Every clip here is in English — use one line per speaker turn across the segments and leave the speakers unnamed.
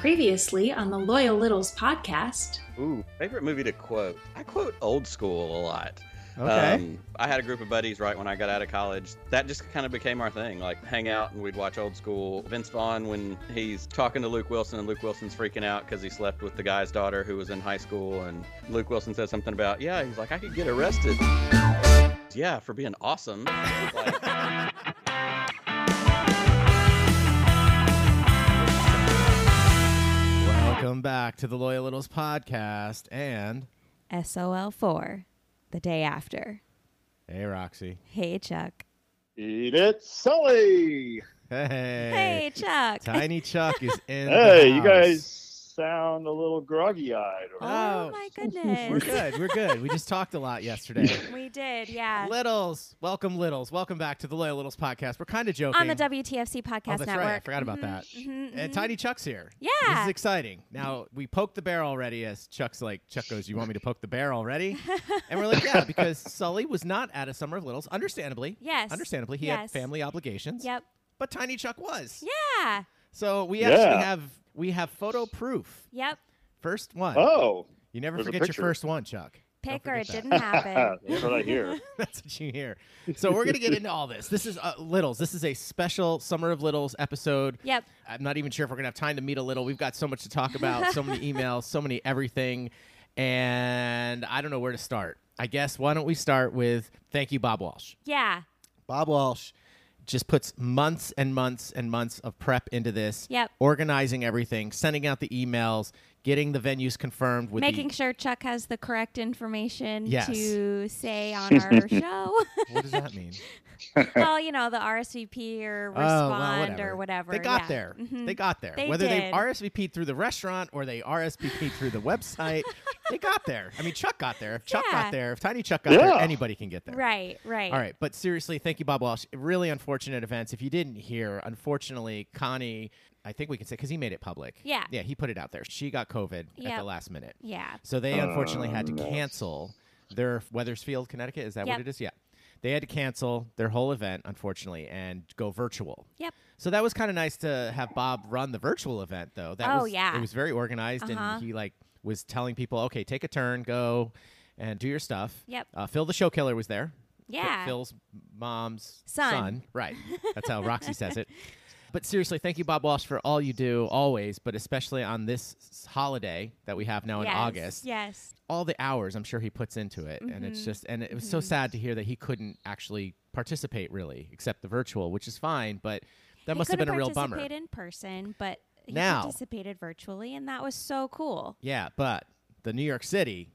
previously on the Loyal Littles podcast.
Ooh, favorite movie to quote. I quote old school a lot.
Okay.
Um, I had a group of buddies right when I got out of college. That just kind of became our thing. Like, hang out and we'd watch old school. Vince Vaughn, when he's talking to Luke Wilson and Luke Wilson's freaking out because he slept with the guy's daughter who was in high school. And Luke Wilson says something about, yeah, he's like, I could get arrested. Yeah, for being awesome. Like,
Um, Welcome back to the Loyal Littles podcast. And
SOL4, the day after.
hey, Roxy.
Hey, Chuck.
Eat it, Sully.
Hey.
Hey, Chuck.
Tiny Chuck is in. the
Hey, you
house.
guys sound a little groggy eyed.
Oh,
Oh,
my
We're
goodness.
good. We're good. We just talked a lot yesterday.
we did, yeah.
Littles, welcome, Littles. Welcome back to the Loyal Littles podcast. We're kind of joking.
On the WTFC podcast
oh, that's
network.
right. I forgot about
Mhm,
that.
mhm,
And
mhm.
Tiny Chuck's here. This
Yeah.
is exciting. Now we poked the bear already as Chuck's like, Chuck goes, You want me to poke the bear already? and we're like, Yeah, because Sully was not at a Summer of Littles, understandably.
Yes.
Understandably. He had
Yes.
family obligations.
Yep.
But Tiny Chuck was.
Yeah.
So we
Yeah.
actually have we have photo proof.
Yep.
First one.
Oh,
you never
there's a
forget your
picture.
first one, Chuck. Don't
Pick or it
forget that.
didn't happen.
that's what I hear.
That's what you hear. So we're gonna get into all this. This is uh, Littles. This is a special Summer of Littles episode.
Yep.
I'm not even sure if we're gonna have time to meet a little. We've got so much to talk about, so many emails, so many everything, and I don't know where to start. I guess why don't we start with thank you, Bob Walsh.
Yeah.
Bob Walsh just puts months and months and months of prep into this.
Yep.
Organizing everything, sending out the emails, getting the venues confirmed with
Making
the,
sure Chuck has the correct information
Yes.
to say on our show.
What does that mean?
well, you know, the RSVP or
Oh, well,
respond or whatever.
They got
yeah.
there.
Mhm.
They got there.
They
Whether they
did.
RSVP'd through the restaurant or they RSVP'd through the website, they got there. I mean, Chuck got there. If Chuck
Yeah.
got there, if Tiny Chuck got
Yeah.
there, anybody can get there.
Right, right.
All right, but seriously, thank you, Bob Walsh. Really unfortunate events. If you didn't hear, unfortunately, Connie, I think we can say because he made it public.
Yeah.
yeah, he put it out there. She got COVID at the
Yep.
last minute,
Yeah.
so they unfortunately
Oh,
had to
no.
cancel their Weathersfield, Connecticut. Is that what
Yep.
it is? Yeah, they had to cancel their whole event, unfortunately, and go virtual.
Yep.
So that was kind of nice to have Bob run the virtual event, though. That
Oh,
was,
yeah.
it was very organized,
Uh-huh.
and he like was telling people, okay, take a turn, go and do your stuff.
Yep.
Uh, Phil the show killer was there. Ph-
Yeah.
Phil's mom's
Son.
Right. That's how Roxy says it. But seriously, thank you, Bob Walsh, for all you do always, but especially on this s- holiday that we have now in
yes.
August.
Yes.
All the hours I'm sure he puts into it. And
Mm-hmm.
it's just, and it was so sad to hear that he couldn't actually participate really, except the virtual, which is fine, but that
He
must have
could've
been a real bummer.
participated in person, but he
Now-
participated virtually, and that was so cool.
Yeah, but the New York City,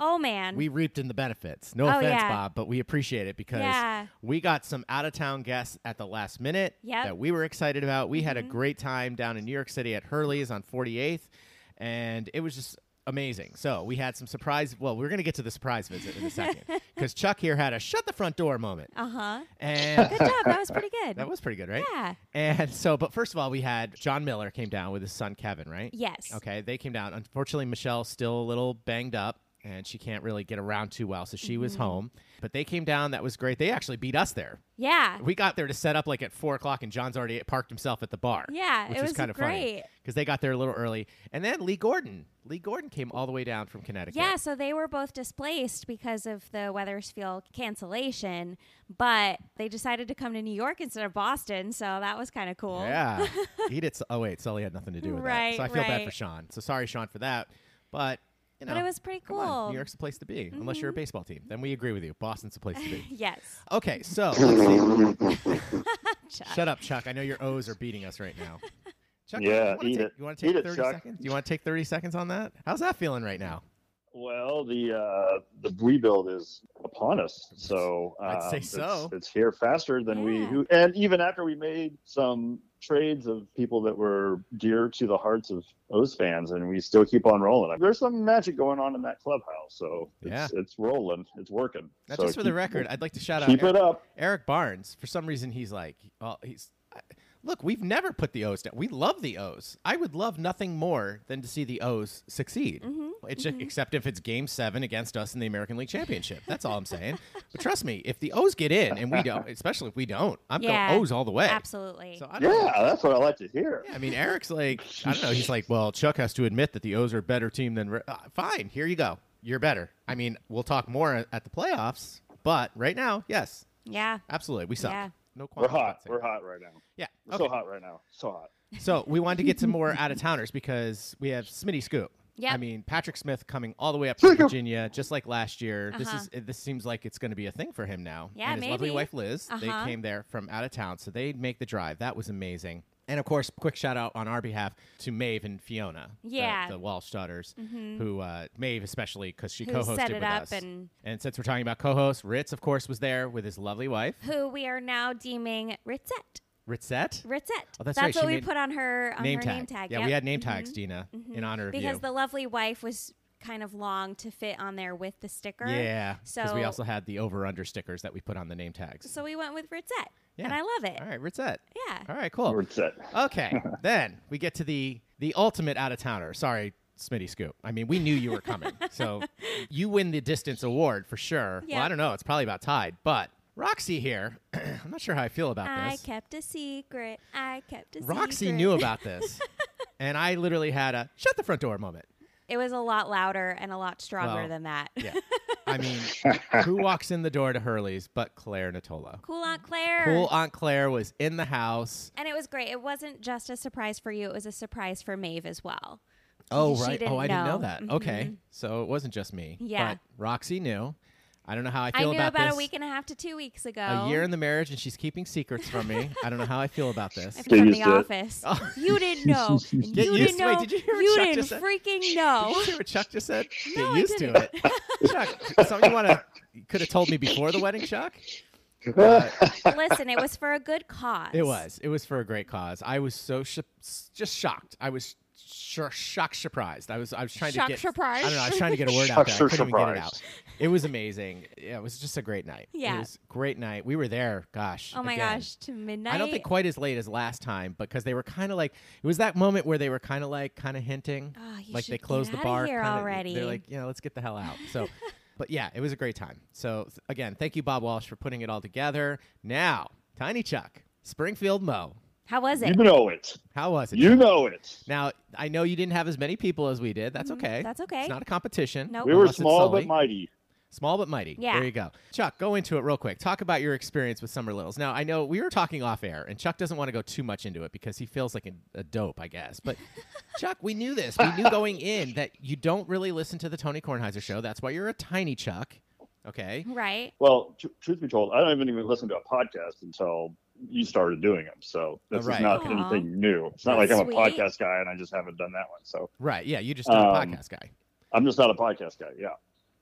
Oh man.
we reaped in the benefits. No
Oh,
offense,
yeah.
Bob, but we appreciate it because
Yeah.
we got some out of town guests at the last minute
Yep. Mm-hmm.
that we were excited about. We had a great time down in New York City at Hurley's on 48th, and it was just amazing. So we had some surprise. Well, we're going to get to the surprise visit in a second because Chuck here had a shut the front door moment.
uh huh. Good
And
job. That was pretty good.
that was pretty good, right?
Yeah.
And so, but first of all, we had John Miller came down with his son Kevin, right?
Yes.
Okay, they came down. Unfortunately, Michelle's still a little banged up and she can't really get around too well, so she was
Mm-hmm.
home. But they came down. That was great. They actually beat us there.
Yeah.
We got there to set up like at four o'clock, and John's already parked himself at the bar.
Yeah.
which
it was
kind of
great.
because they got there a little early. And then Lee Gordon, Lee Gordon came all the way down from Connecticut.
Yeah, so they were both displaced because of the Weathersfield cancellation, but they decided to come to New York instead of Boston, so that was kind of cool.
Yeah, he did. s- Oh wait, Sully had nothing to do with that.
Right,
So I feel bad
right.
for Sean. So sorry, Sean, for that. But you know,
But it was pretty
Come on,
cool. Mm-hmm.
New York's the place to be, unless you're a baseball team. Then we agree with you. Boston's the place to be.
Yes.
Okay, so let's see.
Chuck.
Shut up, Chuck. I know your O's are beating us right now. Chuck,
Yeah,
you wanna
eat
take,
it.
You want to take
Eat it,
30
Chuck.
seconds? You want to take 30 seconds on that? How's that feeling right now?
Well, the uh, the rebuild is upon us, so uh,
I'd say
it's-
so.
It's, here faster than we.
Yeah.
Who, and even after we made some trades of people that were dear to the hearts of O's fans, and we still keep on rolling. There's some magic going on in that clubhouse, so it's, it's rolling, it's working.
Now,
So
just for the
keep-
record, I'd like to shout out
keep
Eric,
it up.
Eric Barnes. For some reason, he's like, oh, he's. I- Look, we've never put the O's down. We love the O's. I would love nothing more than to see the O's succeed.
hmm
It's ju- except if it's Game Seven against us in the American League Championship. That's all I'm saying. but trust me, if the O's get in and we don't, especially if we don't, I'm
Yeah.
going O's all the way.
Absolutely.
So I don't know.
Yeah, that's what I like to hear.
Yeah, I mean, Eric's like, I don't know. He's like, well, Chuck has to admit that the O's are a better team than. Re- uh, fine, here you go. You're better. I mean, we'll talk more a- at the playoffs, but right now, yes,
yeah.
absolutely, we suck.
Yeah.
No
We're
qualms about
hot.
saying
We're
it.
hot right now.
Yeah.
We're
okay.
so hot right now. So hot.
So we wanted to get some more out of towners because we have Smitty Scoop.
Yep.
I mean, Patrick Smith coming all the way up from Virginia, just like last year. This
Uh-huh.
is it- this seems like it's going to be a thing for him now.
Yeah,
and his lovely
maybe.
wife Liz,
Uh-huh.
they came there from out of town, so they make the drive. That was amazing. And of course, quick shout out on our behalf to Maeve and Fiona, the-
Yeah.
the, Walsh daughters, who uh, Maeve especially because she
Mm-hmm. Who
co-hosted
set it
with
up
us.
and-
since we're talking about co-hosts, Ritz of course was there with his lovely wife,
Who we are now deeming Ritzette.
Ritzette.
Ritzette.
Oh, that's right. She
what we
made
put on her on her name tag.
Yeah,
Yep. Mm-hmm.
we had name tags, Dina, in honor of you.
because the lovely wife was kind of long to fit on there with the sticker.
Yeah, because we
So-
also had the over under stickers that we put on the name tags.
So we went with Ritzette. And
Yeah.
I love it.
All right, Ritzette.
Yeah.
All right, cool.
We're set.
Okay, then we get to the the ultimate out of towner. Sorry, Smitty Scoop. I mean, we knew you were coming, so you win the distance award for sure. Well, I
Yeah.
don't know; it's probably about tied, but Roxy here. I'm not sure how I feel about
I
this.
kept a secret. I kept a secret.
Roxy knew about this, and I literally had a shut the front door moment.
It was a lot louder and a lot stronger
Well,
than that.
Yeah, I mean, who walks in the door to Hurley's but Claire Natolo?
cool Aunt Claire.
Cool Aunt Claire was in the house.
and it was great. It wasn't just a surprise for you, it was a surprise for Maeve as well.
Oh
She
right.
didn't
oh, I didn't know
know. Mm-hmm.
that. Okay, so it wasn't just me.
Yeah.
But Roxy knew. I don't know how I
I
feel
knew
about,
about,
this.
a week and a half to two weeks ago.
A year in the marriage, and she's keeping secrets from me. I don't know how I feel about this.
if you're in
Used
the
to it.
office. You didn't know. and
Get
you
used
didn't
to- wait,
know.
did you hear what Chuck
didn't
just said?
freaking know.
Oh, Did you hear what Chuck just said?
No,
Get
I
used to
didn't.
it. Chuck, something you want to could have told me before the wedding, Chuck?
Listen, it was for a good cause.
It was. It was for a great cause. I was so sh- just shocked. I was sh- shocked, surprised. I was. I was trying
Shock
to get.
surprise.
I don't know. I was trying to get a word out
Shock
there. I couldn't even get it out.
surprised.
It was amazing. Yeah, it was just a great night. It
Yeah.
was a great night. We were there. Gosh.
Oh my
again.
gosh, to midnight.
I don't think quite as late as last time because they were kind of like it was that moment where they were kind of like kind of hinting,
Oh, you
like
should
they
get
closed the
outta
bar
here
kinda-
already.
They're like, yeah, let's get the hell out. So, but yeah, it was a great time. So th- again, thank you, Bob Walsh, for putting it all together. Now, Tiny Chuck, Springfield Mo,
How was
You
it?
know it.
how was it?
You
Chuck?
know it.
Now I know you didn't have as many people as we did. That's okay.
Mm, that's okay.
It's not a competition.
Nope.
We were
unless it's
small
Sully.
but mighty.
Small but mighty.
Yeah.
There you go. Chuck, go into it real quick. Talk about your experience with Summer Littles. Now, I know we were talking off air, and Chuck doesn't want to go too much into it because he feels like a, a dope, I guess. But Chuck, we knew this. We knew going in that you don't really listen to the Tony Kornheiser show. That's why you're a tiny Chuck. Okay.
Right.
Well, tr- truth be told, I don't even even listen to a podcast until you started doing them. So this
Right.
is not
Aw.
anything new. It's not like I'm
Sweet.
a podcast guy and I just haven't done that one. So
Right. Yeah. You're just not a
Um,
podcast guy.
I'm just not a podcast guy. Yeah.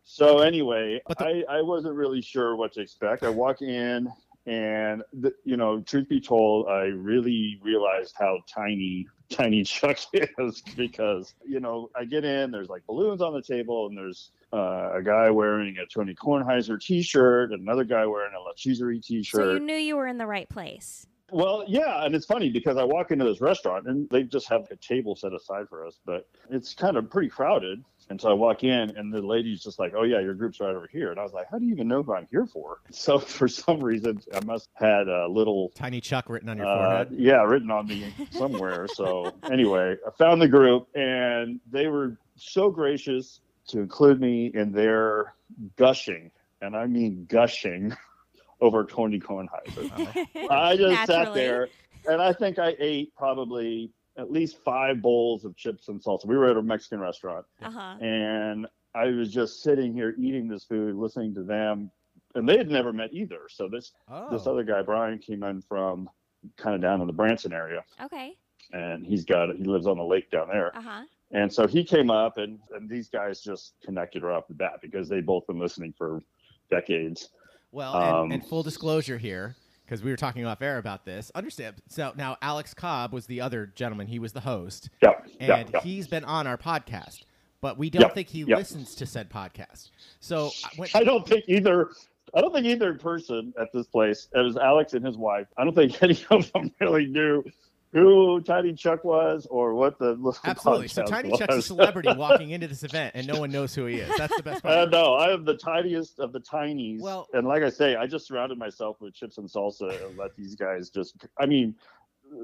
So anyway,
But the-
I, I wasn't really sure what to expect. I walk in and, the, you know, truth be told, I really realized how tiny, tiny Chuck is because, you know, I get in, there's like balloons on the table and there's uh, a guy wearing a Tony Kornheiser t-shirt, another guy wearing a La Cheeserie t-shirt.
So you knew you were in the right place.
Well, yeah, and it's funny because I walk into this restaurant and they just have a table set aside for us, but it's kind of pretty crowded. And so I walk in and the lady's just like, "Oh yeah, your group's right over here." And I was like, "How do you even know who I'm here for?" So for some reason, I must had a little
Tiny Chuck written on your
uh,
forehead.
yeah, written on me somewhere. so anyway, I found the group, and they were so gracious to include me in their gushing, and I mean gushing, over Tony Kornheiser.
Uh-huh.
I just sat
Naturally.
there, and I think I ate probably at least five bowls of chips and salsa. We were at a Mexican restaurant,
Uh-huh.
and I was just sitting here eating this food, listening to them. And they had never met either. So this this
Oh.
other guy Brian came in from kind of down in the Branson area,
Okay.
and he's got he lives on the lake down there,
Uh-huh.
and so he came up, and and these guys just connected right off the bat because they both been listening for decades.
Well, and,
um,
and full disclosure here. Because we were talking off air about this. Understand. So now Alex Cobb was the other gentleman. He was the host.
Yeah, yeah,
and
yeah.
he's been on our podcast, but we don't
Yeah,
think he
yeah.
listens to said podcast. So uh, I went-
I don't think either. I don't think either person at this place. It was Alex and his wife. I don't think any of them really knew who Tiny Chuck was or what the little
Absolutely.
podcast
So Tiny
was.
Chuck's a celebrity walking into this event, and no one knows who he is. That's the best
Uh,
part.
no, I am the tiniest of the tinies.
Well-
and like I say, I just surrounded myself with chips and salsa and let these guys just, I mean,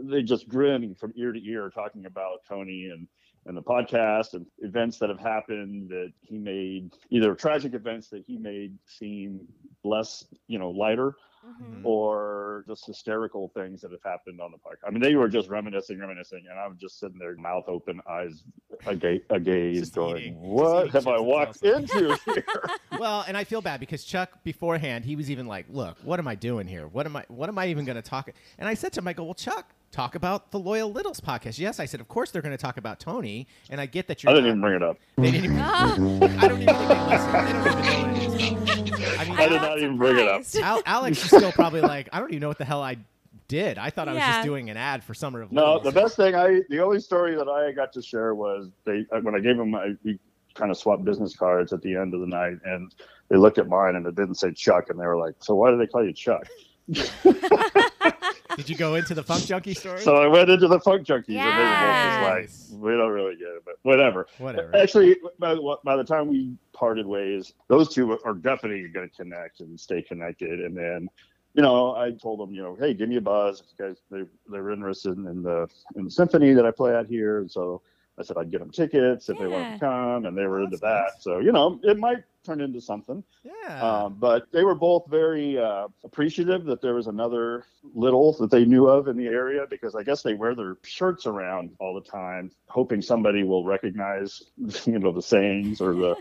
they just grin from ear to ear talking about Tony and, and the podcast and events that have happened that he made, either tragic events that he made seem less, you know, lighter
Mm-hmm.
Mhm.
or just hysterical things that have happened on the podcast. I mean, they were just reminiscing, reminiscing, and I was just sitting there, mouth open, eyes aga- agaze,
Just
going,
eating- just
"What
eating
have
chips
I
and
walked into here?"
Well, and I feel bad because Chuck beforehand he was even like, "Look, what am I doing here? What am I? What am I even going to talk?" And I said to him, "I go, well, Chuck, talk about the Loyal Littles podcast." Yes, I said, of course they're going to talk about Tony, and I get that
I
you're.
didn't
not-
even bring it up.
They didn't even.
Ah,
I don't even think they listened. They don't even know what it is. I mean,
I did not even bring it up.
Surprised.
Al- Alex is still probably like, I don't even know what the hell I did. I thought I was
Yeah.
just doing an ad for Summer of
No,
Littles.
the best thing I, the only story that I got to share was they uh, when I gave them, I, we kind of swapped business cards at the end of the night, and they looked at mine and it didn't say Chuck, and they were like, "So why do they call you Chuck?"
Did you go into the Funk Junkie story?
So I went into the funk junkies, and they were both
Yes.
just like, "We don't really get it, but whatever."
Whatever.
Actually, by the, by the time we parted ways, those two are definitely going to connect and stay connected. And then, you know, I told them, you know, hey, give me a buzz. If you guys, they, they're interested in, the in the symphony that I play at here. And so I said I'd get them tickets if they want
Yeah.
to come, and they were
Oh,
into
that's
that.
nice.
So you know, it might turn into
Uh,
something.
Yeah.
Um, but they were both very uh, appreciative that there was another little that they knew of in the area because I guess they wear their shirts around all the time, hoping somebody will recognize, you know, the sayings or the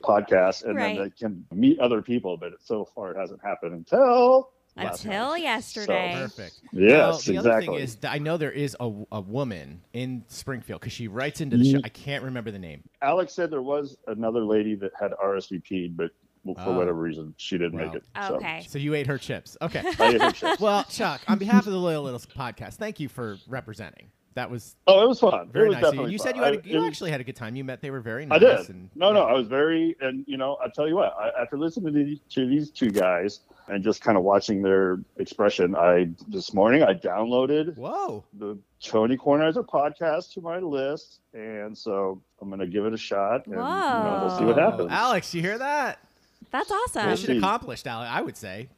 podcast, and
Right.
then they can meet other people. But so far, it hasn't happened until last night.
Until yesterday.
Perfect. Well,
Yes,
the other
exactly.
thing is, that I know there is a, a woman in Springfield because she writes into the show. I can't remember the name.
Alex said there was another lady that had RSVP'd, but for
Oh.
whatever reason, she didn't
Wow.
make it. So.
Okay.
So you ate her chips. Okay.
I didn't make it.
well, Chuck, on behalf of the Loyal Littles podcast, thank you for representing. That was
oh, it was fun. it
very
was
nice. of You.
definitely
You
fun.
said you had a,
I-
you
it-
actually had a good time. You met. They were very
I
nice.
did.
And,
no, no, I was very, and you know, I tell you what, I, after listening to these, to these two guys and just kind of watching their expression, I this morning I downloaded
Whoa.
the Tony Cornizer podcast to my list, and so I'm gonna give it a shot, and you know, we'll see what
Whoa.
happens.
Alex, you hear that?
That's
We'll
awesome.
see.
Mission accomplished, Alex. I would say.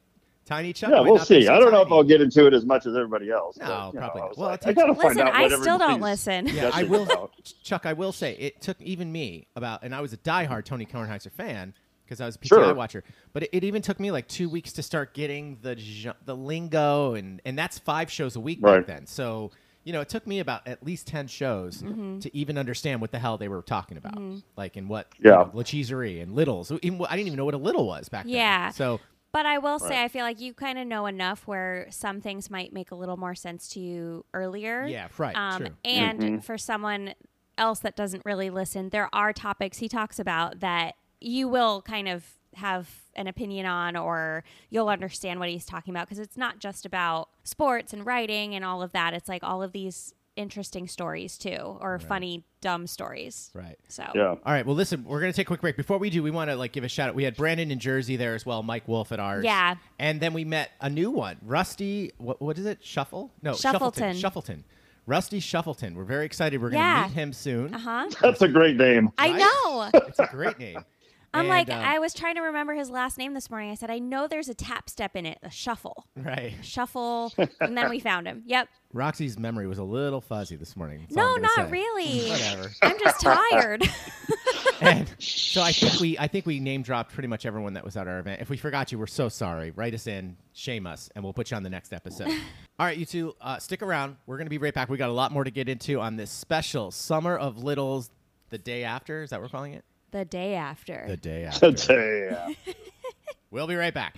Tiny Chuck.
yeah,
might
we'll
not be
see.
so
I don't know if
tiny.
I'll get into it as much as everybody else.
No,
but, you know,
probably
I
not.
was
Well,
like,
it
I
takes-
gotta find
Listen,
out
I
what
still don't
everybody's
listen.
Yeah, I
guessing
will.
about.
Ch- Chuck, I will say it took even me about, and I was a diehard Tony Kornheiser fan because I was a PTI
Sure.
watcher. But it, it even took me like two weeks to start getting the gen- the lingo, and and that's five shows a week back
Right.
then. So you know, it took me about at least ten shows
Mm-hmm.
to even understand what the hell they were talking about, like in what you
Yeah.
know, La Cheeserie and Littles. Even, I didn't even know what a little was back then.
Yeah.
So
But I will say,
Right.
I feel like you kind of know enough where some things might make a little more sense to you earlier.
yeah, right.
Um,
true.
and
Mhm.
for someone else that doesn't really listen, there are topics he talks about that you will kind of have an opinion on, or you'll understand what he's talking about because it's not just about sports and writing and all of that. It's like all of these interesting stories too, or funny, dumb stories.
Right.
So
Yeah.
All right. Well, listen, we're gonna take a quick break. Before we do, we want to like give a shout out. We had Brandon in Jersey there as well, Mike Wolf at ours.
Yeah.
And then we met a new one, Rusty. What, what is it? Shuffle? No, Shuffleton.
Shuffleton.
Shuffleton. Rusty Shuffleton. We're very excited. We're gonna
Yeah.
meet him soon.
Uh huh.
That's a great name.
I
Right?
know.
It's a great name.
I'm
And,
like,
um,
I was trying to remember his last name this morning. I said, I know there's a tap step in it, a shuffle,
right.
shuffle, and then we found him. Yep.
Roxy's memory was a little fuzzy this morning. That's all
No,
I'm gonna
not
say.
really.
Whatever.
I'm just tired.
and so I think we I think we name dropped pretty much everyone that was at our event. If we forgot you, we're so sorry. Write us in, shame us, and we'll put you on the next episode. All right, you two, uh, stick around. We're gonna be right back. We got a lot more to get into on this special summer of littles. The day after is that what we're calling it?
the day after.
The day after.
Damn.
We'll be right back.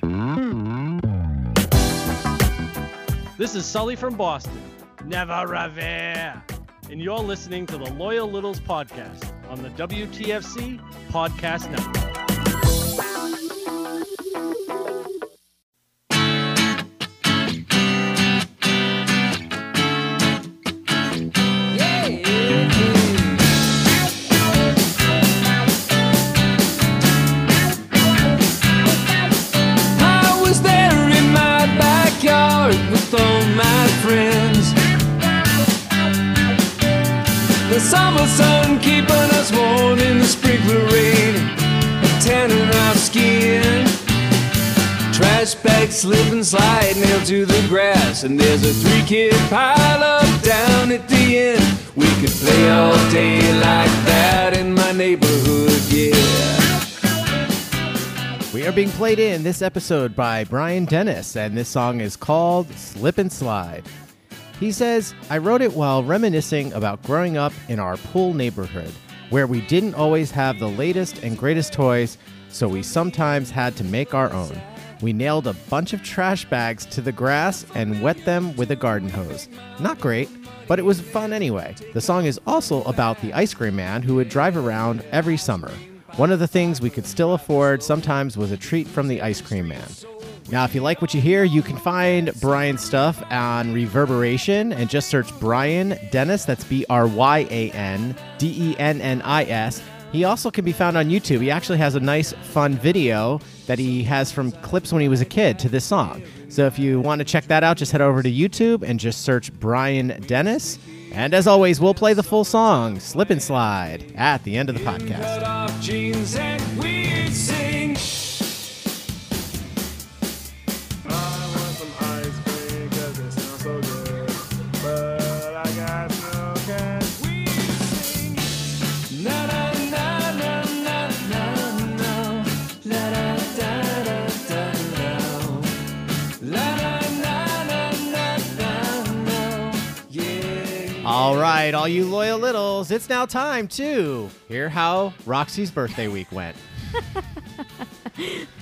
This is Sully from Boston. Never revere. And you're listening to the Loyal Littles podcast on the WTFC Podcast Network.
I was there in my backyard with all my friends. The summer sun keeping us warm in the sprinkler rain, tanning our skin. Trash bags slip and slide nailed to the grass, and there's a three kid pile up down at the end. We could play all day like that in my neighborhood, yeah.
We are being played in this episode by Brian Dennis, and this song is called Slip and Slide. He says, I wrote it while reminiscing about growing up in our pool neighborhood, where we didn't always have the latest and greatest toys, so we sometimes had to make our own. We nailed a bunch of trash bags to the grass and wet them with a garden hose. Not great, but it was fun anyway. The song is also about the ice cream man who would drive around every summer. One of the things we could still afford sometimes was a treat from the ice cream man. Now, if you like what you hear, you can find Brian's stuff on Reverberation and just search Brian Dennis. That's B R Y A N D E N N I S. He also can be found on YouTube. He actually has a nice, fun video that he has from clips when he was a kid to this song. So if you want to check that out, just head over to YouTube and just search Brian Dennis. And as always, we'll play the full song, Slip and Slide, at the end of the podcast.
Cut off jeans and we'd sing.
I want some ice cream 'cause it sounds so good. But I got no cash.
Na na na na na na na. La da da da da da. La da na na na na na. Yeah.
All right, all you loyal littles, it's now time to hear how Roxy's birthday week went.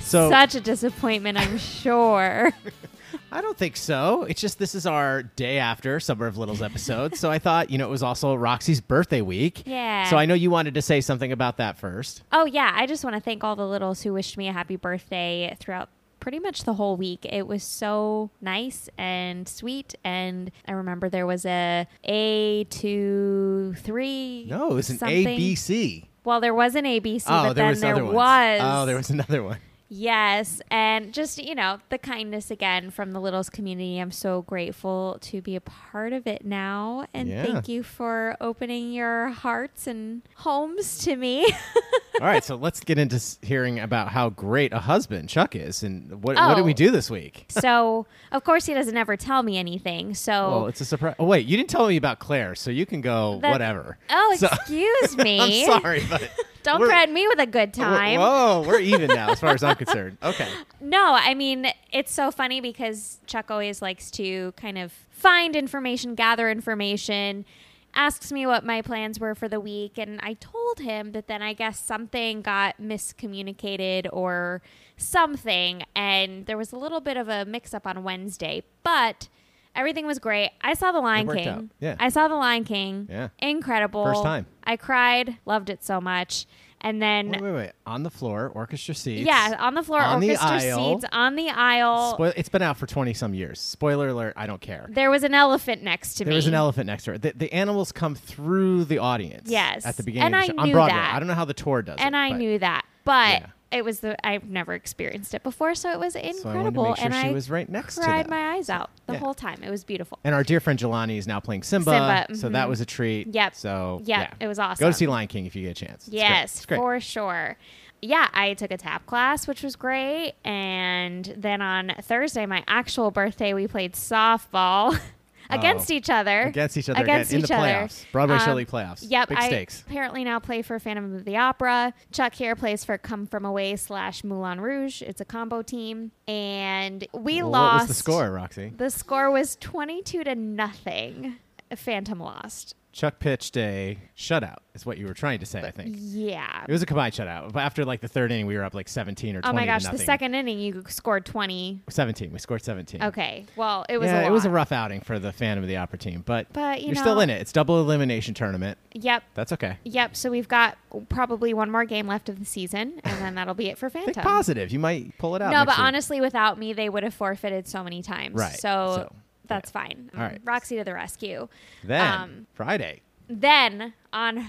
so
Such a disappointment, I'm sure.
I don't think so. It's just this is our day after Summer of Littles episode, so I thought you know it was also Roxy's birthday week.
Yeah.
So I know you wanted to say something about that first.
Oh, yeah. I just want to thank all the littles who wished me a happy birthday throughout pretty much the whole week. It was so nice and sweet. And I remember there was a A, two, three.
No, it was an
something.
ABC.
Well, there was an ABC,
Oh,
but
there
then
was
there
other ones.
was.
Oh, there was another one.
Yes. And just, you know, the kindness again from the littles community. I'm so grateful to be a part of it now. And
Yeah.
thank you for opening your hearts and homes to me.
All right, so let's get into s- hearing about how great a husband Chuck is, and what what did we
Oh.
do this week?
so of course he doesn't ever tell me anything.
Well,
So
it's a surprise. Oh wait, you didn't tell me about Claire, so you can go
That-
whatever.
oh,
So-
excuse me.
I'm sorry, but
Don't
We're-
threaten me with a good time.
Whoa, we're even now as far as I'm concerned. Okay.
No, I mean, it's so funny because Chuck always likes to kind of find information, gather information, asks me what my plans were for the week. And I told him, but then I guess something got miscommunicated or something. And there was a little bit of a mix up on Wednesday, but everything was great. I saw The Lion
worked
King.
out. Yeah.
I saw The Lion King.
Yeah.
Incredible.
First time.
I cried, loved it so much. And then.
Wait, wait, wait. On the floor, orchestra seats.
Yeah, on the floor,
on the
orchestra
aisle.
seats on the aisle.
Spoil- it's been out for 20 some years. Spoiler alert, I don't care.
there was an elephant next to me.
There was an elephant next to her. The, the animals come through the audience.
Yes.
At the beginning
And
of
I
the show. on
knew
Broadway.
that.
I don't know how the tour does
and
it.
I
but-
knew that, but
Yeah.
it was the I've never experienced it before, so it was
So I wanted to
incredible,
make sure
and
she
I
was right next to
cried
them.
my eyes out the
Yeah.
whole time. It was beautiful.
and our dear friend Jelani is now playing Simba.
Simba,
So that
mhm.
was a treat.
Yep.
So
Yep,
oh, yeah.
it was
Go
awesome.
to see Lion King if you get a chance. It's great.
yes,
It's great.
for sure. Yeah, I took a tap class, which was great, and then on Thursday, my actual birthday, we played softball against each other.
Oh. Against each other
Against
again
each
in the
other.
playoffs. Broadway show
Um,
league playoffs.
Yep,
Big
I
stakes.
apparently now play for Phantom of the Opera. Chuck here plays for Come From Away slash Moulin Rouge. It's a combo team, and we
Well,
lost.
What was the score, Roxy?
The score was twenty-two to nothing. Phantom lost.
Chuck pitched a shutout, is what you were trying to say, I think.
Yeah.
It was a combined shutout. But after like the third inning, we were up like 17 or 20.
Oh my
to
gosh! The
nothing.
second inning, you scored twenty.
17. We scored 17.
Okay. Well, it was.
yeah,
a
it was a
lot.
rough outing for the Phantom of the Opera team, but,
But, you
are still
know-
in it. It's double elimination tournament.
Yep.
That's okay.
Yep. So we've got probably one more game left of the season, and then that'll be it for Phantom.
Think positive. You might pull it out.
No,
next
but
week.
honestly, without me, they would have forfeited so many times.
Right,
So,
so,
that's fine.
All right.
Roxy to the rescue.
Then
um,
Friday.
Then on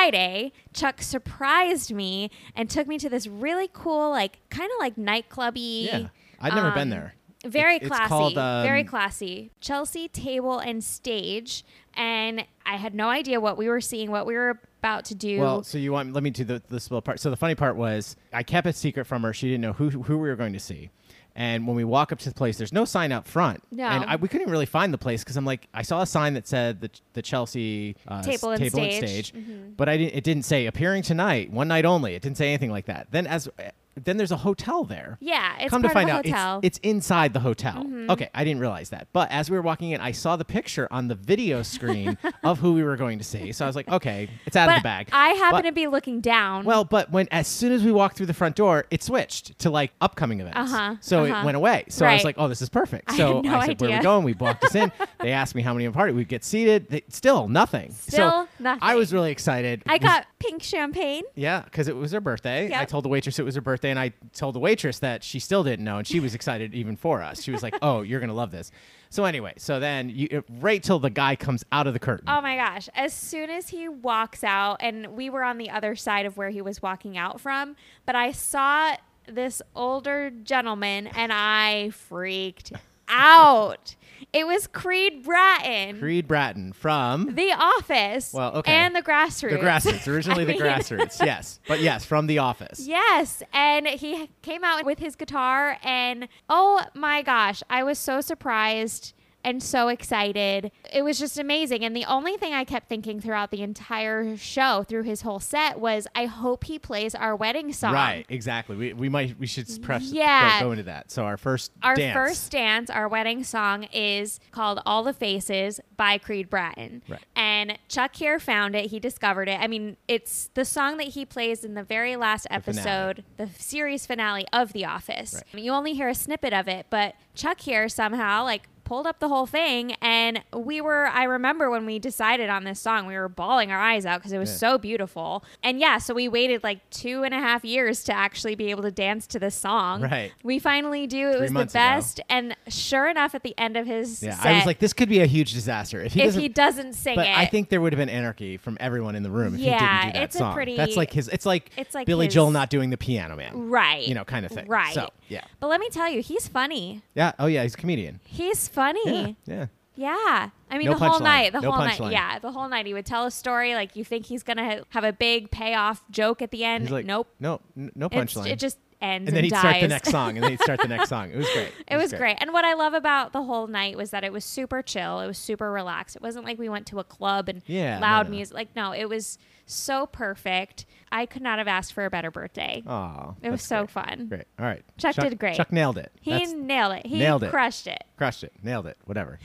Friday, Chuck surprised me and took me to this really cool, like kind of like nightclub-y.
Yeah, I'd never been
um,
there.
Very
It's- it's
classy.
called, um,
very classy. Chelsea table and stage. And I had no idea what we were seeing, what we were about to do.
Well, so you want? Let me do the this little part. So the funny part was, I kept it secret from her. She didn't know who who we were going to see. And when we walk up to the place, there's no sign out front.
No.
And I, we couldn't really find the place because I'm like, I saw a sign that said the the Chelsea uh, s-
Table and
table and
stage. Mm-hmm.
stage, but I didn't. It didn't say appearing tonight, one night only. It didn't say anything like that. Then as eh, then there's a hotel there.
yeah, it's
Come
part
to find
of a
out, it's-
hotel. Mm-hmm.
It's, inside the hotel. Okay, I didn't realize that. But as we were walking in, I saw the picture on the video screen of who we were going to see. So I was like, okay, it's out
but
of the bag.
I happen
But-
to be looking down.
well, but when as soon as we walked through the front door, it switched to like upcoming events.
Uh-huh,
So
uh-huh.
it went away. So I was
Right.
like, "Oh, this is perfect."
I
So
had no
said, "Where are
idea.
we going?" We walked us in. They asked me how many of the party. We get seated. They, still nothing.
Still
so
nothing.
I was really excited.
I
It was-
got pink champagne.
yeah, because it was her birthday. I
Yep.
told the waitress it was her birthday, and I told the waitress that she still didn't know, and she was excited even for us. She was like, "Oh, you're gonna love this." So anyway, so then you, right till the guy comes out of the curtain.
Oh my gosh. As soon as he walks out, and we were on the other side of where he was walking out from, but I saw this older gentleman and I freaked out. It was Creed Bratton,
Creed Bratton from
The Office,
Well, okay.
and The Grassroots.
The grassroots, originally
I
the
mean-
grassroots, yes, but yes, from the office.
Yes, and he came out with his guitar, and oh my gosh, I was so surprised and so excited. It was just amazing. And the only thing I kept thinking throughout the entire show, through his whole set, was I hope he plays our wedding song.
Right, exactly. We, we might we should press
Yeah.
go, go into that. So our first
Our
dance.
first dance, our wedding song, is called All the Faces by Creed Bratton.
Right.
And Chuck here found it. He discovered it. I mean, it's the song that he plays in the very last
finale.
episode, the series finale of The Office. You only hear a snippet of it, but Chuck here somehow, like, pulled up the whole thing and we were i remember when we decided on this song we were bawling our eyes out because it was so beautiful and yeah so we waited like two and a half years to actually be able to dance to this song
Right.
we finally do it
Three
was the
months ago.
best and sure enough at the end of his
Yeah,
set
I was like, this could be a huge disaster if he
if
doesn't.
he doesn't sing
but
it
I think there would have been anarchy from everyone in the room if he
Yeah,
didn't do that
it's a
song.
pretty-
That's like his. It's like
it's like
Billy
his-
Joel not doing the Piano Man.
right
You know, kind of thing.
right
So yeah,
but let me tell you he's funny
yeah. Oh yeah, he's a comedian.
he's funny
Yeah. yeah.
yeah, i mean
No
the whole
punchline.
night the
No
whole night
punchline.
yeah the whole night he would tell a story like you think he's gonna ha- have a big payoff joke at the end
He's like,
nope
no, n- no
It's-
punchline.
it just ends
and then he'd
dies.
start the next song, and then he'd start the next song. It was great.
It was great. And what I love about the whole night was that it was super chill. It was super relaxed. It wasn't like we went to a club and
Yeah, no,
loud
no.
music. Like, no, it was so perfect. I could not have asked for a better birthday.
Aw, Oh,
it was
that's
so
great.
fun.
Great. All right.
Chuck did great.
Chuck nailed it.
He
That's-
nailed it. He
nailed it.
crushed it.
Crushed it. Nailed it. Whatever.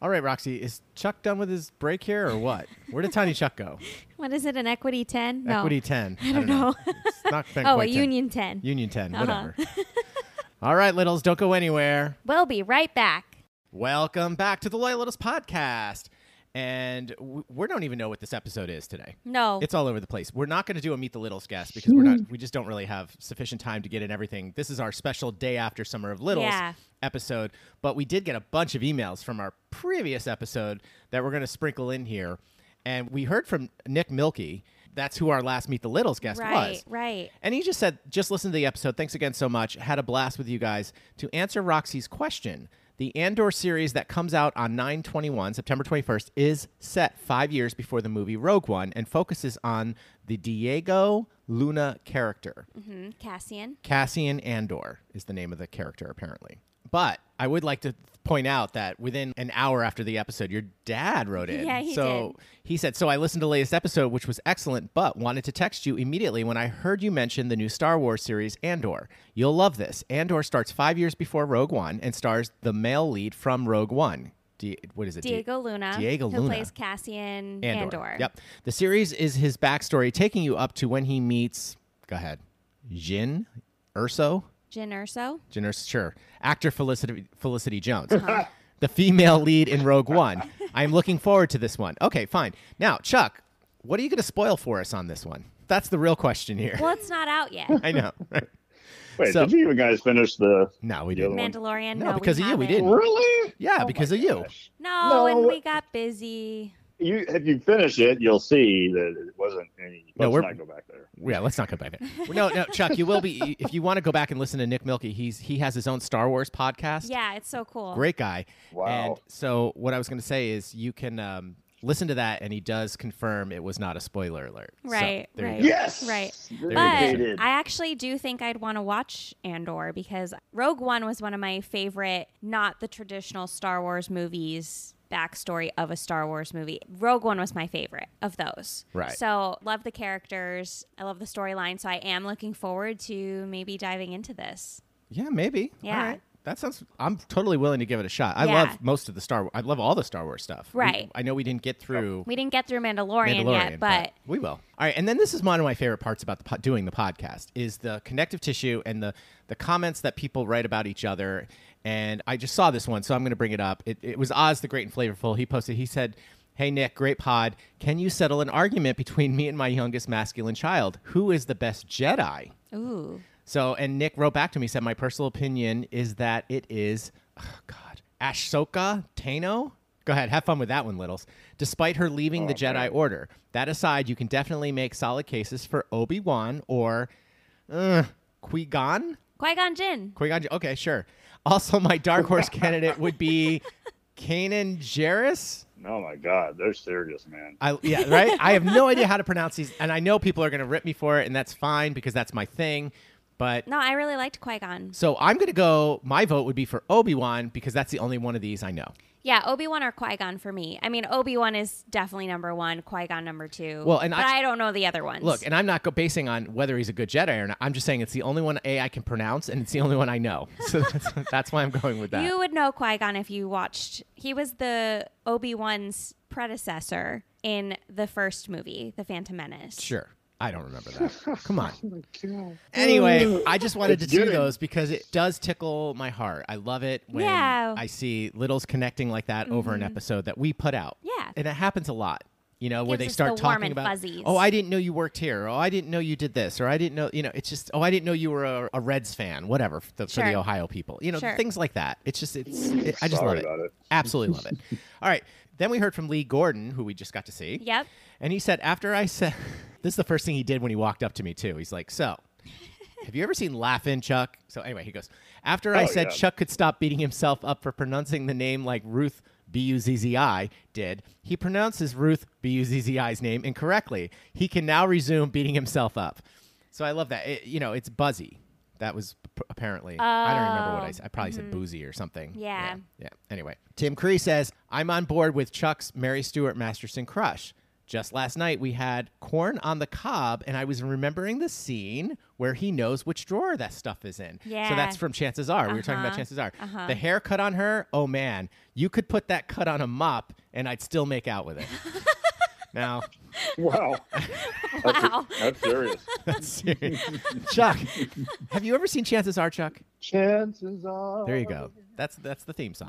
All right, Roxy, is Chuck done with his break here or what? Where did Tiny Chuck go?
What is it, an equity 10? No.
Equity 10. I
don't know.
It's not been
Oh, a
quite 10.
union 10.
Union 10,
Uh-huh.
whatever. All right, littles, don't go anywhere.
We'll be right back.
Welcome back to the Loyal Littles podcast. And w- we don't even know what this episode is today.
No.
It's all over the place. We're not going to do a meet the littles guest because we're not. We just don't really have sufficient time to get in everything. This is our special day after summer of littles
Yeah.
episode, but we did get a bunch of emails from our previous episode that we're going to sprinkle in here, and we heard from Nick Milky. That's who our last meet the littles guest
right,
was.
right.
And he just said, just listen to the episode. Thanks again so much. Had a blast with you guys. To answer Roxy's question, the Andor series that comes out on 921, September 21st, is set five years before the movie Rogue One and focuses on the Diego Luna character.
hmm Cassian.
Cassian Andor is the name of the character, apparently. But I would like to point out that within an hour after the episode, your dad wrote in.
Yeah, he
so
did.
he said, So I listened to the latest episode, which was excellent, but wanted to text you immediately when I heard you mention the new Star Wars series Andor. You'll love this. Andor starts five years before Rogue One and stars the male lead from Rogue One. D- what is it? D-
Diego Luna.
Diego
who
Luna.
plays Cassian
Andor.
Andor.
Yep. The series is his backstory, taking you up to when he meets, go ahead, Jin Urso.
Jin Erso.
Jyn Erso- sure. Actor Felicity, Felicity Jones. the female lead in Rogue One. I am looking forward to this one. Okay, fine. Now, Chuck, what are you going to spoil for us on this one? That's the real question here.
Well, it's not out yet.
I know. Right?
Wait,
So-
did you guys finish the?
No, we
The other
didn't.
one.
Mandalorian.
No,
No,
because
we
of you, we
haven't.
didn't.
Really?
Yeah,
Oh
because
my
of you.
gosh.
No,
No.
and we got busy.
You if you finish it, you'll see that it wasn't any. Let's
No, we're-
not go back there.
yeah, let's not go back there. No, no, Chuck, you will be if you want to go back and listen to Nick Milky. He's he has his own Star Wars podcast.
Yeah, it's so cool.
great guy.
Wow.
And so what I was going to say is you can um, listen to that, and he does confirm it was not a spoiler alert. So,
Right,
there you
right.
go.
Yes.
Right.
Vindicated.
But I actually do think I'd want to watch Andor because Rogue One was one of my favorite, not the traditional Star Wars movies backstory of a Star Wars movie. Rogue One was my favorite of those.
Right.
So love the characters. I love the storyline. So I am looking forward to maybe diving into this.
Yeah, maybe.
Yeah.
All right. That sounds. I'm totally willing to give it a shot. I
Yeah.
love most of the Star. I love all the Star Wars stuff. We-
Right.
I know we didn't get through
We didn't get through Mandalorian,
Mandalorian,
yet, but,
we will. All right, and then this is one of my favorite parts about the po- doing the podcast is the connective tissue and the the comments that people write about each other. And I just saw this one, so I'm going to bring it up. It, it was Oz the Great and Flavorful. He posted. He said. Hey Nick, great pod. Can you settle an argument between me and my youngest masculine child? Who is the best Jedi?
ooh.
So, and Nick wrote back to me, said, My personal opinion is that it is, oh God, Ashoka Tano? Go ahead, have fun with that one, Littles. Despite her leaving the Jedi Order, that aside, you can definitely make solid cases for Obi Wan or uh, Qui Gon?
Qui Gon Jinn.
Qui Gon, okay, sure. Also, my dark horse candidate would be Kanan Jarrus.
Oh my God, they're serious, man.
I, yeah, right? I have no idea how to pronounce these, and I know people are going to rip me for it, and that's fine because that's my thing. But
No, I really liked Qui Gon.
So I'm going to go. My vote would be for Obi Wan because that's the only one of these I know.
Yeah, Obi Wan or Qui Gon for me. I mean, Obi Wan is definitely number one, Qui Gon number two.
Well, and
but
I-
I, don't know the other ones.
Look, and I'm not go- basing on whether he's a good Jedi or not. I'm just saying it's the only one A I can pronounce and it's the only one I know. So that's, that's why I'm going with that.
You would know Qui Gon if you watched. He was the Obi Wan's predecessor in the first movie, The Phantom Menace.
sure. I don't remember that. Come on. Anyway, I just wanted to do
good.
those because it does tickle my heart. I love it when
Yeah. Mm-hmm.
I see littles connecting like that over an episode that we put out.
Yeah.
And it happens a lot. You know, where
Gives
they
us
start
the warm
talking
and
about,
fuzzies.
oh, I didn't know you worked here. Oh, I didn't know you did this. Or I didn't know, you know, it's just, oh, I didn't know you were a, a Reds fan, whatever, for the, for the
Sure.
Ohio people. You know,
Sure.
things like that. It's just, it's, it, I just
Sorry
love
about it.
Absolutely love it. All right. Then we heard from Lee Gordon, who we just got to see.
Yep.
And he said, after I said, this is the first thing he did when he walked up to me, too. He's like, so, have you ever seen Laugh-In Chuck? So, anyway, he goes, after I
Oh,
said
yeah.
Chuck could stop beating himself up for pronouncing the name like Ruth B U Z Z I did, he pronounces Ruth B U Z Z I's name incorrectly. He can now resume beating himself up. So, I love that. It, you know, it's buzzy. That was p- apparently, I don't remember what I said. I probably
Oh, mm-hmm.
said boozy or something.
Yeah.
Yeah. Anyway, Tim Curry says, I'm on board with Chuck's Mary Stuart Masterson crush. Just last night, we had corn on the cob, and I was remembering the scene where he knows which drawer that stuff is in. So
Yeah.
that's from Chances Are. We were talking about
Uh-huh.
Chances Are.
Uh-huh.
The haircut on her, oh man, you could put that cut on a mop, and I'd still make out with it. now,
Wow.
Wow.
That's serious.
that's serious. Chuck, have you ever seen Chances Are, Chuck?
Chances are.
There you go. That's that's the theme song.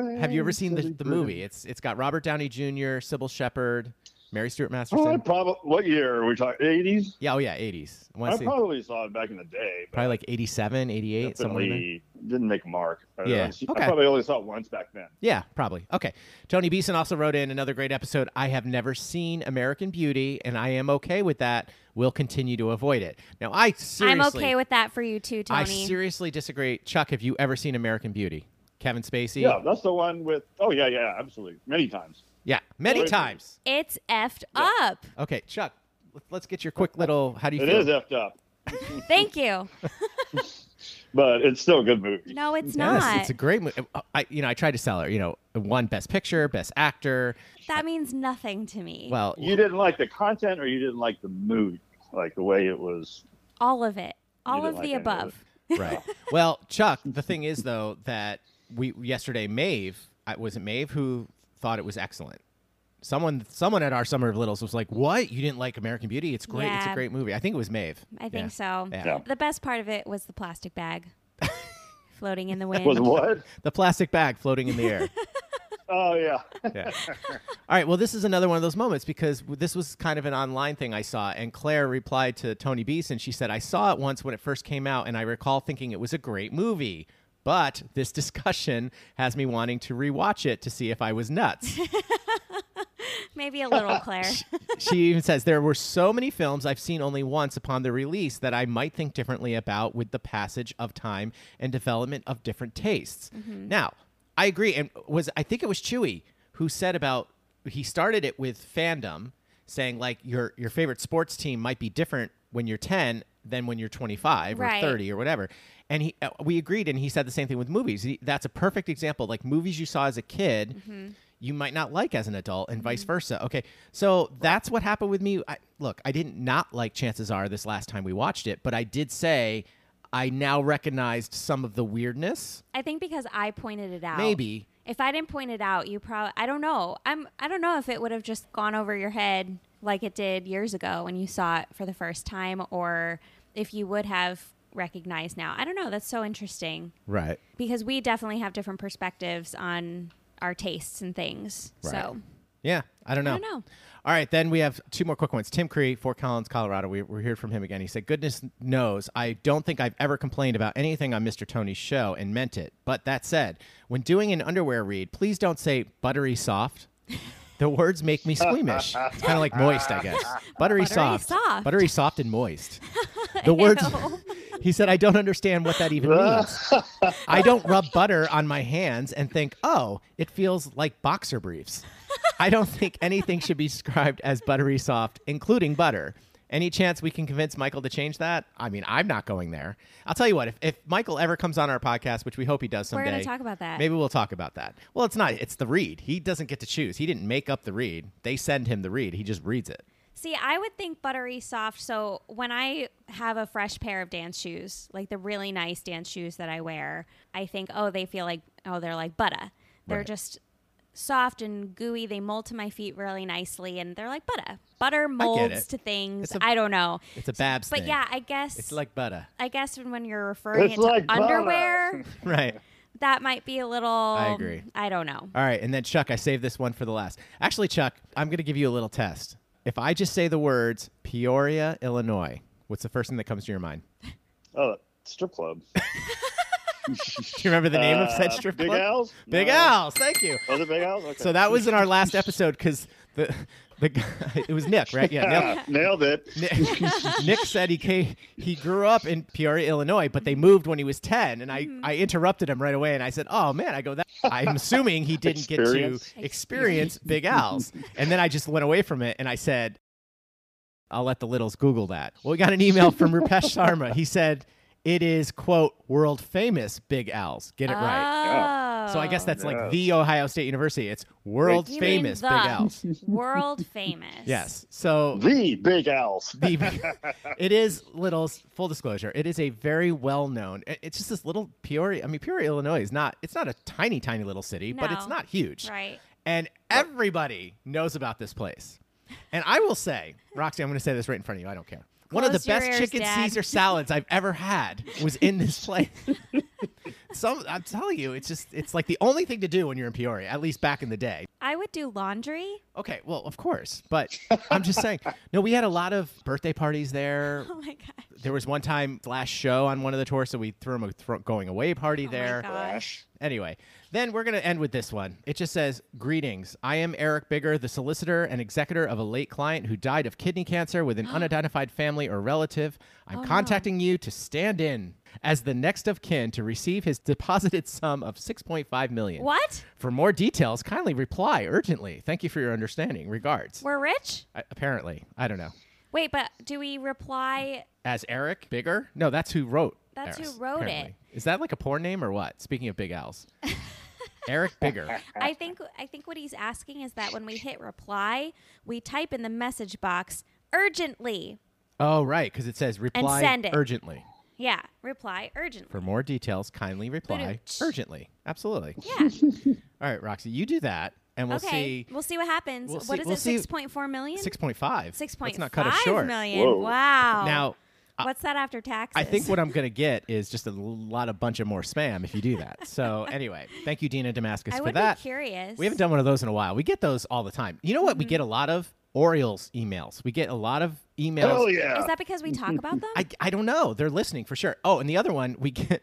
Have
Have
you ever seen the, the movie? It's it's got Robert Downey Jr., Sybil Shepherd, Mary Stuart
Oh, I
Masterson.
probably. What year are we talking? 80s?
yeah, oh yeah, 80s. I wanna
I
say
probably saw it back in the day. but
probably like 87, 88, somewhere in there.
Definitely didn't make a mark. I don't
Yeah.
know.
Okay.
I probably only saw it once back then.
Yeah, probably. Okay. Tony Beeson also wrote in another great episode. I have never seen American Beauty, and I am okay with that. We'll continue to avoid it. Now, I seriously,
I'm okay with that for you too, Tony.
I seriously disagree. Chuck, have you ever seen American Beauty? Kevin Spacey.
Yeah, that's the one with. Oh yeah, yeah, absolutely. Many times.
Yeah, many
Wait.
times.
it's effed up.
Okay, Chuck. Let's get your quick little. How do you
It
feel?
is effed up,
Thank you.
but it's still a good movie.
No, it's
Yes,
not.
it's a great movie. I, you know, I tried to sell her. You know, one best picture, best actor.
that means nothing to me.
Well,
You didn't like the content, or you didn't like the mood, like the way it was.
all of it, all
didn't
of
like
the
any of
above.
right. Well, Chuck. The thing is, though, that we yesterday, Maeve. I, was it Maeve who thought it was excellent? Someone, someone at our Summer of Littles was like, "What? You didn't like American Beauty? It's great. It's a
Yeah.
great movie." I think it was Maeve.
I think so.
Yeah.
Yeah.
The best part of it was the plastic bag floating in the wind.
Was what?
The plastic bag floating in the air.
Oh yeah.
yeah. All right. Well, this is another one of those moments because this was kind of an online thing I saw, and Claire replied to Tony Beeson. She said, "I saw it once when it first came out, and I recall thinking it was a great movie." But this discussion has me wanting to rewatch it to see if I was nuts.
Maybe a little, Claire.
she even says there were so many films I've seen only once upon their release that I might think differently about with the passage of time and development of different tastes. Now, I agree, and was I think it was Chewy who said about he started it with fandom, saying like your your favorite sports team might be different when you're ten than when you're 25
Right.
or 30 or whatever. And he uh, we agreed, and he said the same thing with movies. He, that's a perfect example. Like movies you saw as a kid you might not like as an adult and vice versa. Okay. So that's what happened with me. I, look, I didn't not like Chances Are this last time we watched it, but I did say I now recognized some of the weirdness.
I think because I pointed it out.
Maybe.
If I didn't point it out, you probably I don't know. I'm I don't know if it would have just gone over your head like it did years ago when you saw it for the first time or if you would have recognized now. I don't know. That's so interesting
Right.
because we definitely have different perspectives on our tastes and things. So,
Yeah. I don't know.
I don't know.
All right, then we have two more quick ones. Tim Cree, Fort Collins, Colorado. We, we heard from him again. He said, Goodness knows, I don't think I've ever complained about anything on Mr. Tony's show and meant it. But that said, when doing an underwear read, please don't say buttery soft. The words make me squeamish. It's kind of like moist, I guess. Buttery,
Buttery
soft.
soft.
Buttery soft and moist. The words. He said, I don't understand what that even means. I don't rub butter on my hands and think, oh, it feels like boxer briefs. I don't think anything should be described as buttery soft, including butter. Any chance we can convince Michael to change that? I mean, I'm not going there. I'll tell you what, if, if Michael ever comes on our podcast, which we hope he does
We're
someday,
gonna talk about that.
Maybe we'll talk about that. Well, it's not, it's the read. He doesn't get to choose. He didn't make up the read, they send him the read. He just reads it.
See, I would think buttery soft. So when I have a fresh pair of dance shoes, like the really nice dance shoes that I wear, I think, oh, they feel like, oh, they're like butter. They're
Right.
just soft and gooey. They mold to my feet really nicely, and they're like butter. Butter
it.
molds to things.
It's a-
I I don't know,
It's a Babs
but
thing.
yeah, I guess
It's like butter.
I guess when- when you're referring
It's
it to
like butter.
underwear,
Right.
that might be a little.
I agree.
I don't know.
All right, and then Chuck, I saved this one for the last. Actually, Chuck, I'm going to give you a little test. If I just say the words Peoria, Illinois, what's the first thing that comes to your mind?
Oh, strip club.
Do you remember the name of said
Uh,
strip
Big
club?
Al's?
Big
No.
Al's. Thank you.
Was it Big Al's? Okay.
So that was in our last episode because the the guy, it was Nick, right? Yeah. Nick.
Yeah, nailed it.
Nick, Nick said he came, he grew up in Peoria, Illinois, but they moved when he was ten, and I, I interrupted him right away, and I said, "Oh man," I go, that, "I'm assuming he didn't
Experience.
get to experience Big Al's," and then I just went away from it, and I said, "I'll let the littles Google that." Well, we got an email from Rupesh Sharma. He said, "It is quote world famous Big Al's. Get it right." So I guess
Oh.
that's like
Yes.
the Ohio State University. It's world
You mean
famous
the
Big Al's.
Oh, World famous.
Yes. So
The Big Al's.
the it is little's full disclosure it is a very well known it's just this little peoria i mean peoria illinois is not it's not a tiny tiny little city but it's
No.
not huge
Right.
and everybody knows about this place and i will say roxy i'm going to say this right in front of you i don't care one of the
Close your
best
ears,
chicken
Dad.
caesar salads i've ever had was in this place some i'm telling you it's just it's like the only thing to do when you're in peoria at least back in the day
I would do laundry.
okay well of course but i'm just saying no we had a lot of birthday parties there
Oh my god.
there was one time last show on one of the tours, so we threw him a thro- going away party there.
Oh gosh.
Anyway, then we're going to end with this one. It just says Greetings. I am Eric Bigger, the solicitor and executor of a late client who died of kidney cancer with an unidentified family or relative. I'm
Oh,
contacting you to stand in as the next of kin to receive his deposited sum of 6.5 million.
What?
For more details, kindly reply urgently. Thank you for your understanding. Regards.
We're rich?
I- apparently, I don't know.
Wait, but do we reply?
as Eric Bigger? No, that's who wrote.
That's who
Eris,
wrote it.
apparently. Is that like a porn name or what? Speaking of big owls, Eric Bigger.
I think I think what he's asking is that when we hit reply, we type in the message box urgently.
Oh right, because it says reply
send it.
urgently.
Yeah, reply urgently.
For more details, kindly reply
Ba-dooch.
urgently. Absolutely.
Yeah.
All right, Roxy, you do that, and we'll
okay.
see.
we'll see what happens.
we'll
What is
see- we'll
it?
see-
Six point four million.
Six point five.
Six point
Let's not cut it short.
Whoa.
Wow.
Now, I-
what's that after taxes?
I think what I'm going to get is just a lot of bunch of more spam if you do that. So anyway, thank you, Dina Damascus,
I
for
would
that.
be curious. Mm-hmm.
We haven't done one of those in a while. We get those all the time. You know what? We get a lot of Orioles emails. We get a lot of emails.
Hell yeah.
Is that because we talk about them?
I, I don't know. They're listening for sure. Oh, and the other one, we get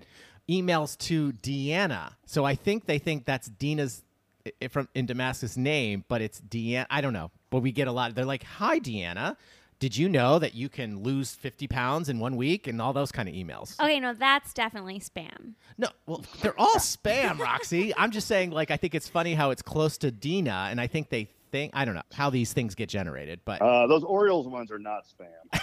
emails to Deanna. So I think they think that's Dina's i- from in Damascus name, but it's Deanna. I don't know, but we get a lot. They're like, "Hi, Deanna." Did you know that you can lose 50 pounds in one week and all those kind of emails?
Okay, no, that's definitely spam.
No, well, they're all spam, Roxy. I'm just saying, like, I think it's funny how it's close to Dina, and I think they think I don't know how these things get generated, but
Uh, those Orioles ones are not spam.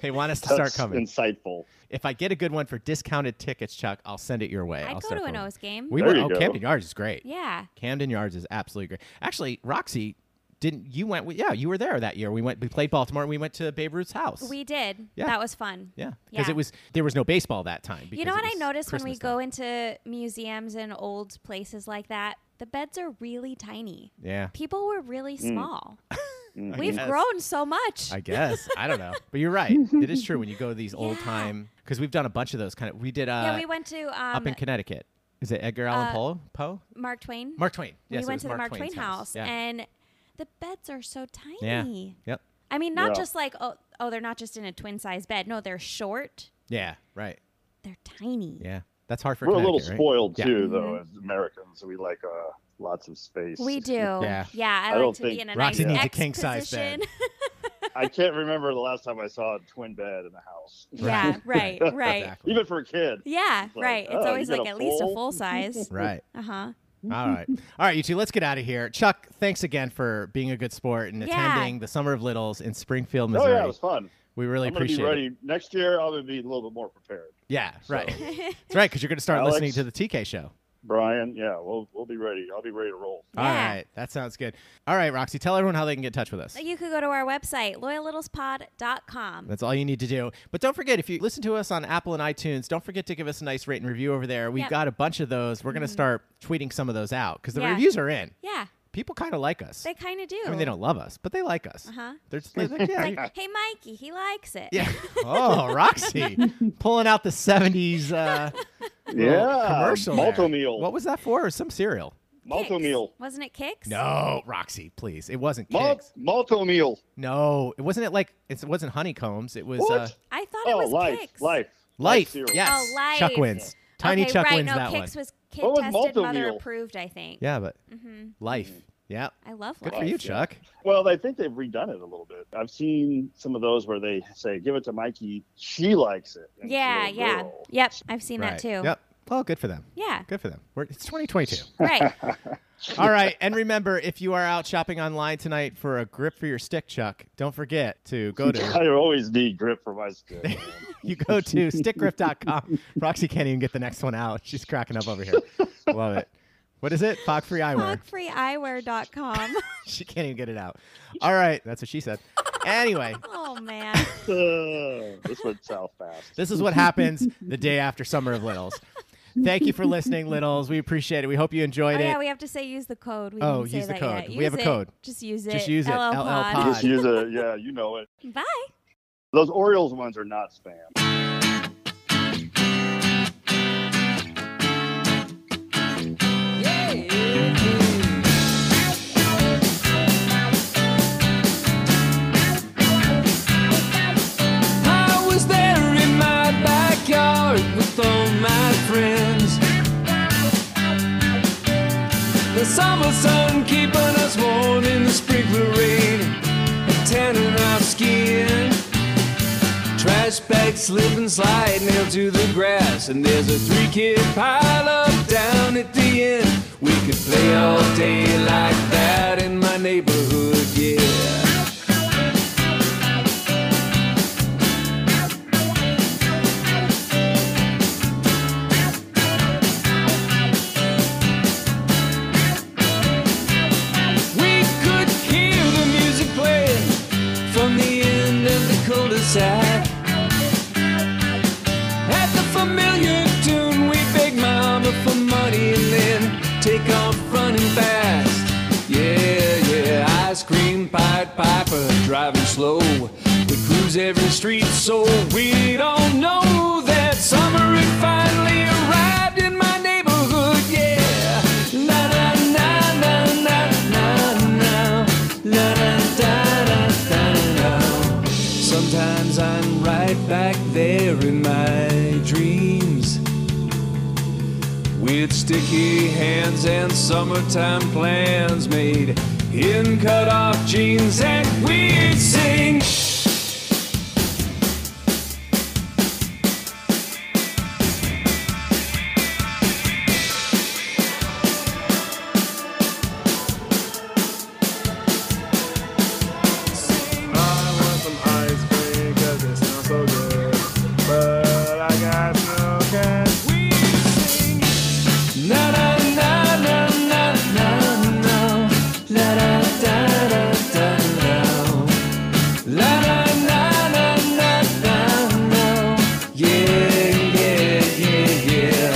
they want us to start
That's
coming.
insightful.
If I get a good one for discounted tickets, Chuck, I'll send it your way.
I'd
will
go to an O's game.
We
There
went.
you
Oh,
go.
Camden Yards is great.
yeah.
Camden Yards is absolutely great. Actually, Roxy, didn't you went? with- Yeah, you were there that year. We went. We played Baltimore. and We went to Babe Ruth's house.
We did.
Yeah.
That was fun.
yeah, because
Yeah.
it was there was no baseball that time.
You
because
know
it
what I
was
noticed when we
Christmas time.
go into museums and old places like that? The beds are really tiny.
Yeah,
People were really
Mm.
small.
Mhm.
We've
guess.
grown so much.
I guess. I don't know. But you're right. It is true when you go to these old time because we've done a bunch of those kind of. We did uh,
yeah, we went to um,
up in Connecticut. Is it Edgar Allan
uh,
Poe? Poe?
Mark Twain.
Mark Twain. Yes,
we
it
went
was
to the Mark Twain
Twain's
house,
Yeah.
and the beds are so
yeah.
tiny.
Yep.
I mean, not
Yeah.
just like oh, oh, they're not just in a twin size bed. No, they're short.
Yeah. Right.
They're tiny.
Yeah. That's hard for
We're a little
Connecticut, right?
spoiled
Yeah.
too, though, as Americans. We like uh, lots of space.
Mm-hmm. We do.
Yeah.
Yeah, I,
I don't
like to be
think-
in a
Roxy
nice
needs a
X
king size
position.
bed.
I can't remember the last time I saw a twin bed in a house.
yeah, right, right.
Exactly.
Even for a kid.
Yeah,
like,
right.
oh,
it's
you
always
got
like
a
at least a
full?
full size.
Right.
Uh huh.
All right. All right, you two, let's get out of here. Chuck, thanks again for being a good sport and
Yeah.
attending the Summer of Littles in Springfield,
Oh
Missouri.
yeah, it was fun.
we really
I'm gonna
appreciate
be
it.
ready next year. I'm gonna be a little bit more prepared.
Yeah, right. That's right, because you're going to start
Alex.
listening to the TK show.
Brian, yeah, we'll we'll be ready. I'll be ready to roll.
All
Yeah.
right, that sounds good. All right, Roxy, tell everyone how they can get in touch with us.
You could go to our website, loyallittlespod.com.
That's all you need to do. But don't forget, if you listen to us on Apple and iTunes, don't forget to give us a nice rate and review over there. We've
Yep. Mm-hmm.
got a bunch of those. We're going to start tweeting some of those out because the
Yeah.
reviews are in.
Yeah,
People kind of like us.
they kind of do.
I mean, they don't love us, but they like us.
Uh-huh.
They're just like, yeah. you-
Hey, Mikey, he likes it.
yeah. Oh, Roxy, pulling out the 70s uh, little commercial. there.
Malto meal.
What was that for? Some cereal.
Malto
Kix.
meal.
Wasn't it Kicks?
No, Roxy, please. It wasn't
Mal-
Kix.
Malto meal.
No, it wasn't it like it's- it wasn't honeycombs. It was
What?
uh,
I thought
oh,
it was
life,
Kix.
life,
Life.
cereal.
Yes.
Oh, Life.
Chuck wins. Tiny
okay,
Chuck
right,
wins
no,
that one.
Kix was kid
What was
tested,
Malto
mother
Meal?
approved, I think. Mm-hmm.
Yeah, but life. Yeah.
I love
Good
life.
for you,
Mm-hmm. yeah.
Chuck.
Well, I think they've redone it a little bit. I've seen some of those where they say, "Give it to Mikey. She likes it." and it's a
Yeah,
little
yeah.
girl.
Yep, I've seen that too.
Yep. Well, good for them.
Yeah,
Good for them. We're, it's 2022.
right.
All right. And remember, if you are out shopping online tonight for a grip for your stick, Chuck, don't forget to go to
I always need grip for my stick. man.
you go to stickgrip.com. Roxy can't even get the next one out. She's cracking up over here. Love it. What is it? Fog free eyewear.
Hogfreeeyewear.com.
She can't even get it out. All right. That's what she said. Anyway,
oh, man.
Uh, this went south fast.
This is what happens the day after Summer of Littles. Thank you for listening, Littles. We appreciate it. We hope you enjoyed
Oh,
it.
yeah, we have to say use the code. We
Oh,
didn't say
use the
that
code.
Yet.
We
Use
have a
it.
code.
Just use it.
Just use it.
LL
LL
Pod.
Just use a yeah, you know it.
Bye.
Those Orioles ones are not spam.
I was there in my backyard with all my friends. The summer sun keeping us warm in the sprinkler rain, tanning our skin. Trash bags slip and slide nailed to the grass, and there's a three kid pile up down at the end. We could play all day like that in my neighborhood, yeah. We could hear the music playing from the end of the cul-de-sac. At the familiar tune, we beg mama for money and then take off running fast. Yeah, yeah, ice cream, Pied Piper, driving slow. We cruise every street so we don't know that summer had finally arrived in my neighborhood. Yeah, la la la la la la la la la da da da da. Sometimes I'm right back there in my dreams. With with sticky hands and summertime plans made in cut off jeans and weird sing.
I want some ice cream 'cause it sounds so good. But I got no cash.
Na na na na na na na. La da da da da da. La na na na na na na. Yeah, yeah, yeah, yeah.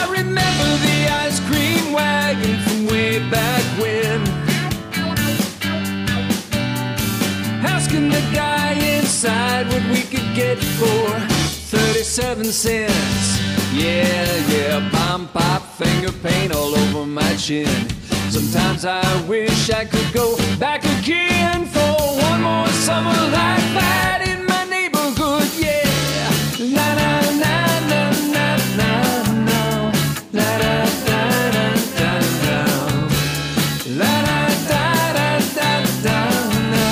I remember the ice cream wagon from way back when. Asking the guy inside what we could get for 37 cents. Yeah, yeah, bomb pop, finger paint all over my chin. Sometimes I wish I could go back again for one more summer like that in my neighborhood, yeah. La la la la la la la la da da da da da la da da da da da no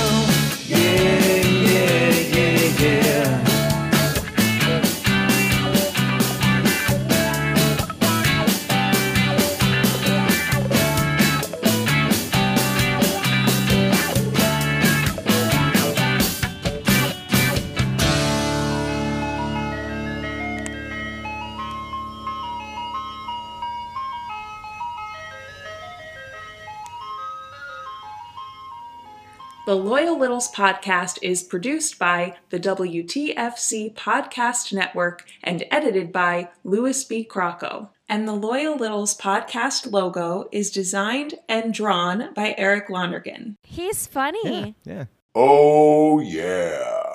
yeah yeah yeah yeah
The Loyal Littles podcast is produced by the WTFC Podcast Network and edited by Louis B. Crocco. And the Loyal Littles podcast logo is designed and drawn by Eric Lonergan.
He's funny.
Yeah.
Oh, yeah.